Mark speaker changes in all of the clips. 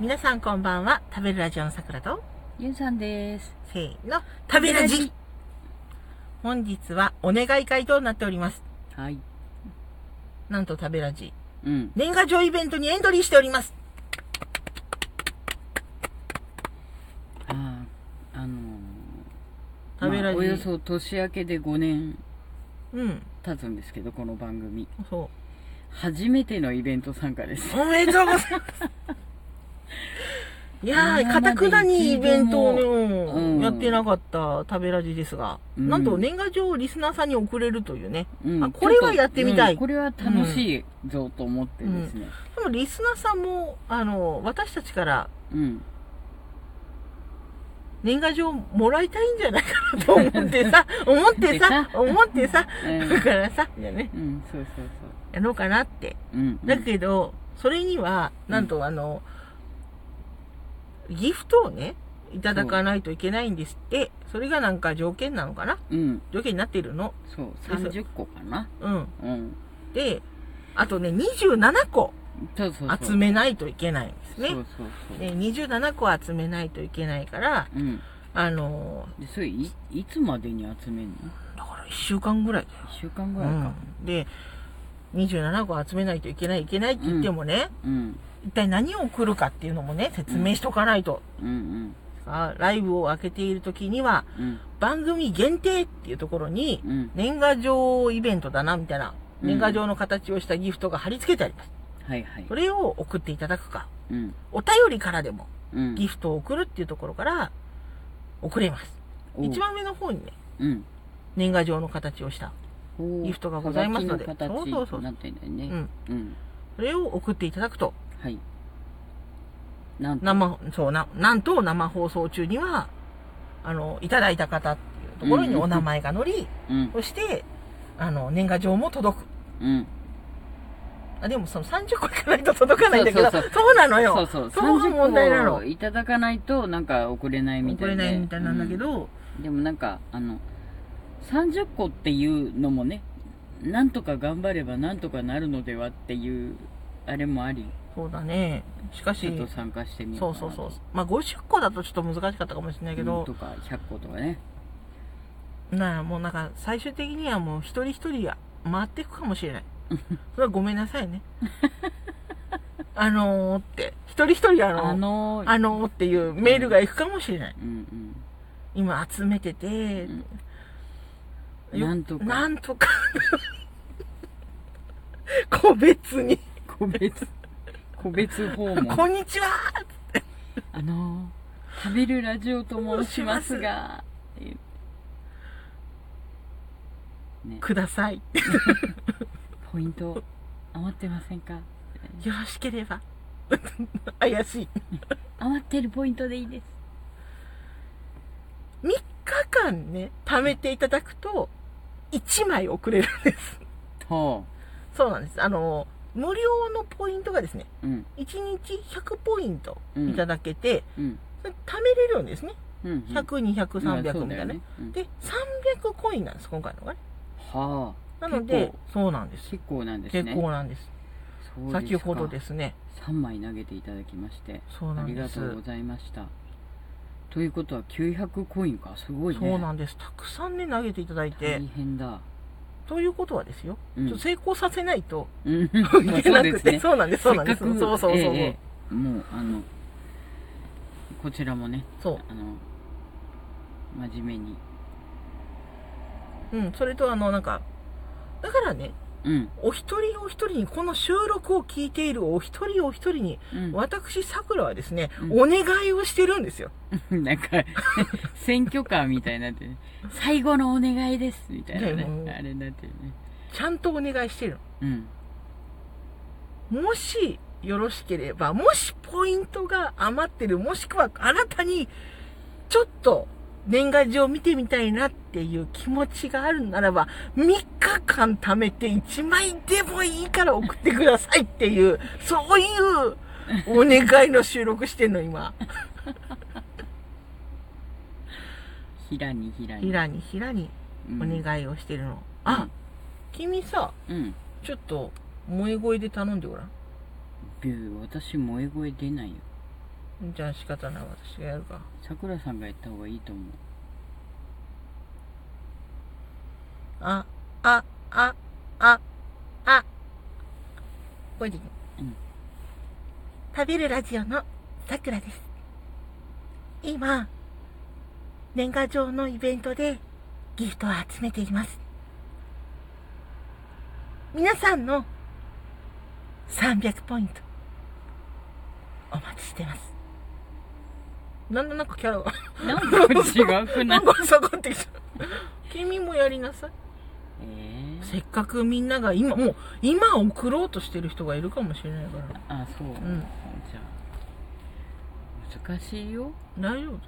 Speaker 1: 皆さんこんばんは食べるラジオのさくらと
Speaker 2: ゆんさんです。
Speaker 1: せーの食べラジ本日はお願い会となっております
Speaker 2: はい。
Speaker 1: なんと食べラジ
Speaker 2: うん。
Speaker 1: 年賀状イベントにエントリーしております
Speaker 2: ああ、あのー
Speaker 1: 食べラジ、
Speaker 2: まあおよそ年明けで5年
Speaker 1: うん
Speaker 2: 経つんですけど、この番組。
Speaker 1: そ
Speaker 2: 初めてのイベント参加です。
Speaker 1: うおめでとうござい ますいやー、
Speaker 2: 今
Speaker 1: か
Speaker 2: ま
Speaker 1: た
Speaker 2: で
Speaker 1: くなにイベントをね、
Speaker 2: 一うん
Speaker 1: やってなかった食べラジですが、
Speaker 2: うん
Speaker 1: なんと年賀状をリスナーさんに送れるというね。
Speaker 2: うん
Speaker 1: あこれは
Speaker 2: ちょと
Speaker 1: やってみたい
Speaker 2: うんこれは楽しいぞと思ってですね。
Speaker 1: でもリスナーさんも、あの、私たちから
Speaker 2: うん。
Speaker 1: 年賀状もらいたいんじゃないかなと思って さ、思ってさ、思ってさ、
Speaker 2: うん
Speaker 1: だからさ、いやね、
Speaker 2: うん、そうそう
Speaker 1: やろうかなって。
Speaker 2: そう。うん。
Speaker 1: だけど、それには、なんとあの、ギフトをね、いただかないといけないんですって、それがなんか条件なのかな
Speaker 2: うん。
Speaker 1: 条件になってるの。
Speaker 2: そう、30個かな。
Speaker 1: うん。
Speaker 2: うん。
Speaker 1: で、あとね、27個
Speaker 2: そうそうそう。
Speaker 1: 集めないといけないんです
Speaker 2: そ
Speaker 1: ね
Speaker 2: う。そうそう。
Speaker 1: で27個集めないといけないから、
Speaker 2: うん。
Speaker 1: あの、
Speaker 2: で、それい、いつまでに集めんの
Speaker 1: だから1週間ぐらいだよ
Speaker 2: ?1 週間ぐらいか。
Speaker 1: うん、で27個集めないといけないいけないって言ってもね、
Speaker 2: うん。
Speaker 1: 一体何を送るかっていうのもね説明しとかないと、
Speaker 2: うんうん。
Speaker 1: さあライブを開けている時には
Speaker 2: うん。
Speaker 1: 番組限定っていうところに
Speaker 2: うん。
Speaker 1: 年賀状イベントだなみたいな
Speaker 2: うん
Speaker 1: 年賀状の形をしたギフトが貼り付けてあります
Speaker 2: はいはい
Speaker 1: そ。れを送っていただくか
Speaker 2: うん。
Speaker 1: お便りからでも
Speaker 2: うん。
Speaker 1: ギフトを送るっていうところから送れます
Speaker 2: お
Speaker 1: 一、番上の方にね
Speaker 2: うん。
Speaker 1: 年賀状の形をした
Speaker 2: お
Speaker 1: ギフトがございますので
Speaker 2: はがきの
Speaker 1: そう
Speaker 2: 形
Speaker 1: そうそう
Speaker 2: になってんだよ
Speaker 1: う
Speaker 2: ね。
Speaker 1: ん
Speaker 2: うん。
Speaker 1: それを送っていただくと
Speaker 2: はい。なんと、
Speaker 1: 生そうななんと生放送中にはあのいただいた方っていうところに
Speaker 2: うん
Speaker 1: お名前が載り、
Speaker 2: うん。
Speaker 1: そしてあの年賀状も届く
Speaker 2: うん。
Speaker 1: あでもその30個いかないと届かないんだけどそ
Speaker 2: そううそう
Speaker 1: なのよ
Speaker 2: そうそう。
Speaker 1: そこが問題な
Speaker 2: 30個
Speaker 1: の
Speaker 2: をいただかないと、なんか送れないみた
Speaker 1: 送れ
Speaker 2: いで。
Speaker 1: ないみたいなんだけど、
Speaker 2: うん。でもなんか、あの、30個っていうのもね、なんとか頑張ればなんとかなるのではっていう、あれもあり、
Speaker 1: そうだねしかし
Speaker 2: ちょっと参加してみ
Speaker 1: そう
Speaker 2: ようか
Speaker 1: そ
Speaker 2: な
Speaker 1: う
Speaker 2: と。
Speaker 1: そうまあ50個だとちょっと難しかったかもしれないけ
Speaker 2: うん
Speaker 1: ど
Speaker 2: と、か、100個とかね。
Speaker 1: なあもうなんか最終的にはもう一人一人が回っていくかもしれないそれはごめんなさいね あのーって一人一人あのー
Speaker 2: あのー、
Speaker 1: あのーっていうメールが行くかもしれない。
Speaker 2: うん
Speaker 1: 今集めてて、
Speaker 2: うん。なんとか。
Speaker 1: なんとか 個別に、
Speaker 2: 個 別、個別訪問。
Speaker 1: こんにちは
Speaker 2: あのー、食べるラジオと申しますが、ね、
Speaker 1: ください。
Speaker 2: ポイント余ってませんか
Speaker 1: よろしければ。 怪しい。
Speaker 2: 余ってるポイントでいいです。
Speaker 1: 3日間ね、貯めていただくと、1枚送れるんです。
Speaker 2: と、
Speaker 1: そうなんです。あの、無料のポイントがですね、
Speaker 2: うん、
Speaker 1: 1日100ポイントいただけて、
Speaker 2: うん、
Speaker 1: それ貯めれるんですね。
Speaker 2: うんうん。
Speaker 1: 100、200、300みたいなね。
Speaker 2: うん。
Speaker 1: で、300コインなんです、今回のがね。
Speaker 2: は
Speaker 1: なので、そうなんで
Speaker 2: あ、
Speaker 1: す。
Speaker 2: 結構なんです
Speaker 1: 結
Speaker 2: ね。
Speaker 1: 構なんです。
Speaker 2: そうですか
Speaker 1: 先ほどですね。
Speaker 2: 3枚投げていただきまして、
Speaker 1: そうな
Speaker 2: あ
Speaker 1: ん
Speaker 2: り
Speaker 1: で
Speaker 2: が
Speaker 1: す。
Speaker 2: とうございました。ということは900コインか、すごいね。
Speaker 1: そうなんです。たくさんね、投げていただいて
Speaker 2: 大。変だ。
Speaker 1: ということはですよ。
Speaker 2: う
Speaker 1: ちょ
Speaker 2: ん
Speaker 1: っと成功させないと
Speaker 2: うん、い
Speaker 1: いけなくて。そうなんです。そうなんです。
Speaker 2: せっかく
Speaker 1: そうそうそう。
Speaker 2: ええええもうあのこちらもね
Speaker 1: そ
Speaker 2: あの真面目に
Speaker 1: う。うん。それと、あの、なんか、だからね、
Speaker 2: うん、
Speaker 1: お一人お一人に、この収録を聞いているお一人お一人に、
Speaker 2: うん
Speaker 1: 私、さくらはですね、
Speaker 2: うん
Speaker 1: お願いをしてるんですよ。
Speaker 2: なんか選挙カーみたいになってる、最後のお願いですみたいな
Speaker 1: ねもう
Speaker 2: ねあれになってるね
Speaker 1: ちゃんとお願いしてる
Speaker 2: うん
Speaker 1: の。もし、よろしければ、もしポイントが余ってる、もしくはあなたに、ちょっと年賀状を見てみたいなっていう気持ちがあるならば、3日間貯めて1枚でもいいから送ってくださいっていう、そういうお願いの収録してんの、今。
Speaker 2: ひらにひらに
Speaker 1: ひらにひらにお
Speaker 2: い
Speaker 1: 願いをしてるの。あ、君さ、
Speaker 2: うん
Speaker 1: ちょっと、萌え声で頼んでごらん。
Speaker 2: ビュー私萌え声出ないよ
Speaker 1: じゃあ仕方ない私がやるか
Speaker 2: さくらさんがやった方がいいと思う
Speaker 1: あああああこれでいいの、
Speaker 2: うん
Speaker 1: 食べるラジオのさくらです今年賀状のイベントでギフトを集めています皆さんの300ポイントお待ちしてますなんだなんかキャラが
Speaker 2: なんか違うくな
Speaker 1: ないんか下がってきた君もやりなさい
Speaker 2: え
Speaker 1: せっかくみんなが今もう今送ろうとしてる人がいるかもしれないから
Speaker 2: ー、あそう、
Speaker 1: ん
Speaker 2: じゃあ難しいよ
Speaker 1: 大丈夫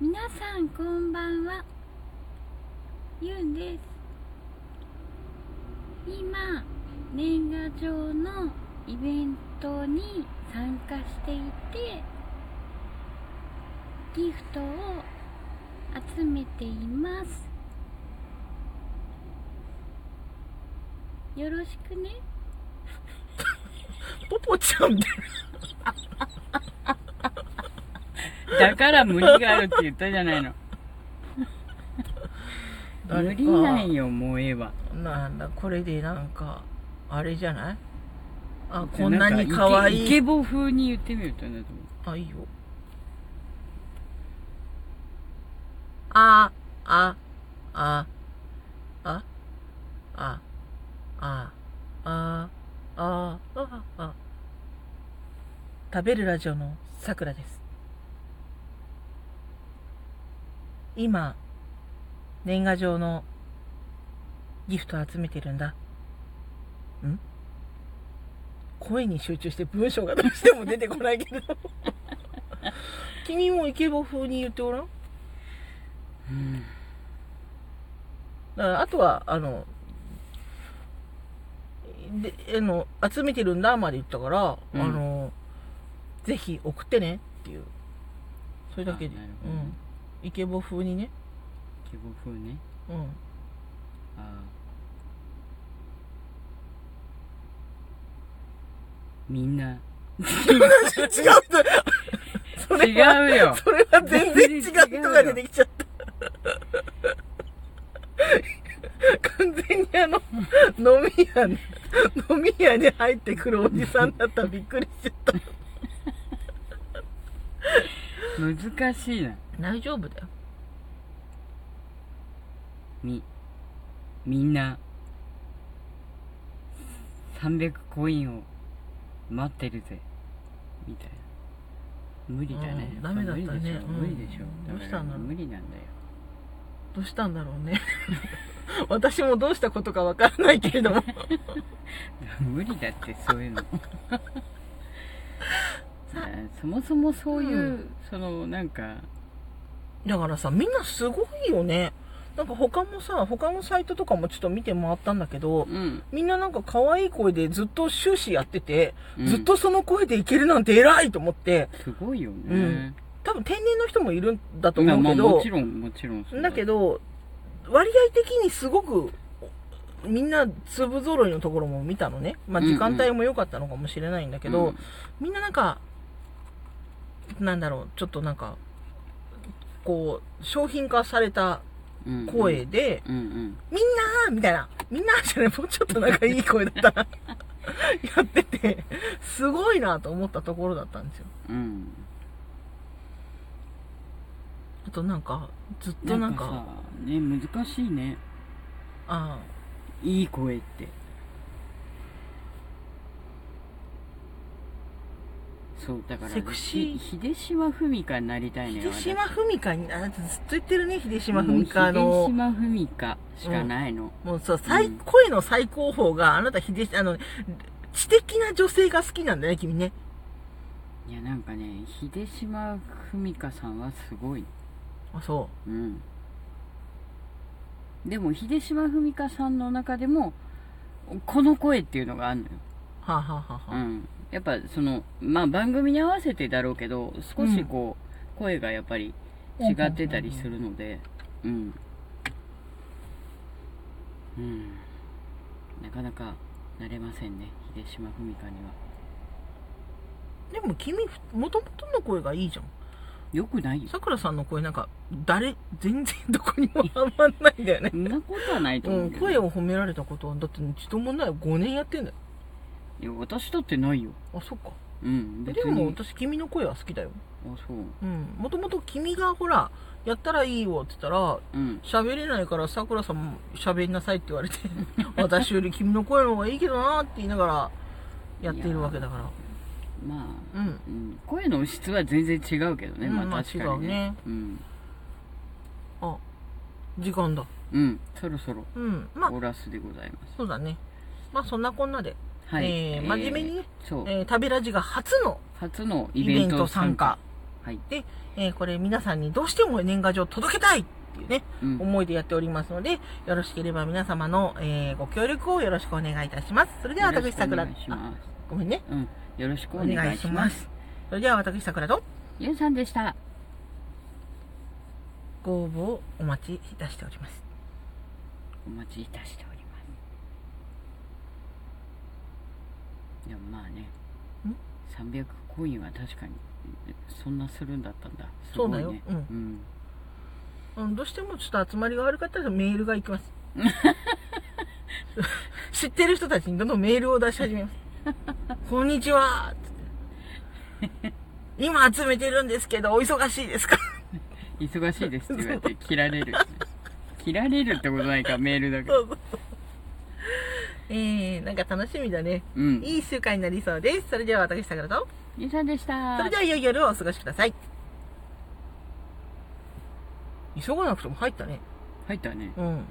Speaker 2: 皆さんこんばんはゆんです今年賀状のイベントに参加していてギフトを集めていますよろしくね
Speaker 1: ポポちゃんみたい
Speaker 2: だから無理があるって言ったじゃないの
Speaker 1: な
Speaker 2: 無理なんよもうええわ
Speaker 1: なんだこれでなんかあれじゃないあ
Speaker 2: じ
Speaker 1: こ
Speaker 2: ゃあ
Speaker 1: んな
Speaker 2: か
Speaker 1: に可愛い
Speaker 2: イケイケボ風に言ってみるとね
Speaker 1: あいいよあああああああああああ食べるラジオのさくらです今年賀状のギフト集めてるんだん声に集中して文章がどうしても出てこないけど 君もイケボ風に言ってごらん
Speaker 2: うん
Speaker 1: だからあとはあのであの集めてるんだまで言ったから、
Speaker 2: うん
Speaker 1: あのぜひ送ってねっていうそれだけで、
Speaker 2: あなる
Speaker 1: う
Speaker 2: ほどね
Speaker 1: ん、イケボ風にね、
Speaker 2: 規模風ね
Speaker 1: うん、
Speaker 2: あーみんな
Speaker 1: 違うそれは
Speaker 2: 違う よ
Speaker 1: それは全然違う人が出てきちゃった完全にあの飲み屋に飲み屋に入ってくるおじさんだったらびっくりしちゃった
Speaker 2: 難しいな
Speaker 1: 大丈夫だよ
Speaker 2: みみんな300コインを待ってるぜみたいな無理だね、
Speaker 1: うんダメだったね
Speaker 2: 無理でしょ
Speaker 1: うん
Speaker 2: 無理でしょ、
Speaker 1: どうしたんだろう
Speaker 2: 無理なんだよ
Speaker 1: どうしたんだろうね 私もどうしたことかわからないけれども
Speaker 2: 無理だってそういうの そもそもそういう、
Speaker 1: うん
Speaker 2: そのなんか
Speaker 1: だからさみんなすごいよねなんか他もさ他のサイトとかもちょっと見て回ったんだけど
Speaker 2: うん、
Speaker 1: みんななんか可愛い声でずっと終始やってて、
Speaker 2: うん
Speaker 1: ずっとその声でいけるなんて偉いと思って
Speaker 2: すごいよね、
Speaker 1: うん多分天然の人もいるんだと
Speaker 2: いや
Speaker 1: 思う
Speaker 2: まあ
Speaker 1: けど、
Speaker 2: もちろんもちろんそう
Speaker 1: だけど割合的にすごくみんな粒揃いのところも見たのね、まあ、
Speaker 2: うんうん
Speaker 1: 時間帯も良かったのかもしれないんだけど、
Speaker 2: うん
Speaker 1: みんななんかなんだろうちょっとなんかこう商品化された
Speaker 2: うん
Speaker 1: 声で、
Speaker 2: うんうん
Speaker 1: みんなーみたいな、みんなーじゃない、もうちょっとなんかいい声だったな やってて、すごいなと思ったところだったんですよ。
Speaker 2: うん
Speaker 1: あとなんか、ずっ
Speaker 2: な
Speaker 1: となんん
Speaker 2: か
Speaker 1: か、
Speaker 2: さね難しいね
Speaker 1: あ
Speaker 2: いい声ってそうだから
Speaker 1: セクシー
Speaker 2: ひ秀島文香になりた
Speaker 1: あ、
Speaker 2: いのよ
Speaker 1: 秀島
Speaker 2: 私
Speaker 1: 文香に、あなたずっと言ってるね、秀島
Speaker 2: もう
Speaker 1: 文香
Speaker 2: 秀
Speaker 1: の。
Speaker 2: 島文香しかないの、
Speaker 1: もうそう、最、
Speaker 2: うん
Speaker 1: 声の最高峰が、あなた秀島、あの、知的な女性が好きなんだね、君ね。
Speaker 2: いやなんかね秀島文香さんはすごい
Speaker 1: あ、そ
Speaker 2: うんでも秀島文香さんの中でもこの声っていうのがあるのよ、
Speaker 1: う。はあ、はあはあは
Speaker 2: う
Speaker 1: あ、
Speaker 2: ん、やっぱそのまあ番組に合わせてだろうけど少しこう、声がやっぱり違ってたりするのでうん、うん、なかなかなれませんね秀島文香には
Speaker 1: でも君もともとの声がいいじゃん
Speaker 2: よくないよ
Speaker 1: さくらさんの声なんか誰全然どこに もはまんないんだよね
Speaker 2: そんなことはないと
Speaker 1: う
Speaker 2: 思うんけど、
Speaker 1: 声を褒められたことはだって一度もない5年やってんだよ
Speaker 2: いや私だってないよ
Speaker 1: あそっか
Speaker 2: うん別
Speaker 1: で
Speaker 2: に
Speaker 1: も私君の声は好きだよ
Speaker 2: あそう
Speaker 1: うんもともと君がほらやったらいいよって言ったら
Speaker 2: うん
Speaker 1: 喋れないからさくらさんも喋りなさいって言わ れて私より君の声の方がいいけどなって言いながらやっているわけだか
Speaker 2: まあ
Speaker 1: らうん
Speaker 2: うん、声の質は全然違うけどね、
Speaker 1: うん
Speaker 2: ま
Speaker 1: ま
Speaker 2: あ
Speaker 1: あ
Speaker 2: 確かに
Speaker 1: 違う
Speaker 2: ね
Speaker 1: ね
Speaker 2: うん、
Speaker 1: あ時間だ
Speaker 2: うん、そろそろ
Speaker 1: うんまあ
Speaker 2: オラスでございます
Speaker 1: そうだねまあそんなこんなで、
Speaker 2: はい、
Speaker 1: えー真面目にね、
Speaker 2: そう、
Speaker 1: えー旅ラジが初の
Speaker 2: 初のイ
Speaker 1: イ
Speaker 2: ベ
Speaker 1: ベ
Speaker 2: ン
Speaker 1: ン
Speaker 2: ト
Speaker 1: ト
Speaker 2: 参
Speaker 1: 参
Speaker 2: 加
Speaker 1: 加
Speaker 2: はい、
Speaker 1: で、えーこれ皆さんにどうしても年賀状届けたいっていうね
Speaker 2: うん、
Speaker 1: 思いでやっておりますのでよろしければ皆様の、えーご協力をよろしくお願いいたしますそれでは
Speaker 2: よろ
Speaker 1: 私
Speaker 2: しくお
Speaker 1: 桜
Speaker 2: 願いし
Speaker 1: あ
Speaker 2: ます
Speaker 1: ごめんね
Speaker 2: うん、よろしく
Speaker 1: お
Speaker 2: お願いします
Speaker 1: 願いしますそれでは私桜と
Speaker 2: ゆうさんでした
Speaker 1: ご応募をお待ちいたしております
Speaker 2: お待ちいたしておりますでもまあね300コインは確かにそんなするんだったんだすごいね
Speaker 1: そうだようん
Speaker 2: ん
Speaker 1: うんどうしてもちょっと集まりが悪かったらメールが行きます 知ってる人たちにどんどんメールを出し始めますこんにちはつって今集めてるんですけどお忙しいですか
Speaker 2: 忙しいですって言われて切られる切られるってことないかメールだから
Speaker 1: そうそうそうえー、なんか楽しみだね
Speaker 2: うん
Speaker 1: いい1週間になりそうですそれでは私桜と
Speaker 2: ゆうさんでした
Speaker 1: それでは良い夜をお過ごしください急がなくても入ったね
Speaker 2: 入ったね
Speaker 1: うん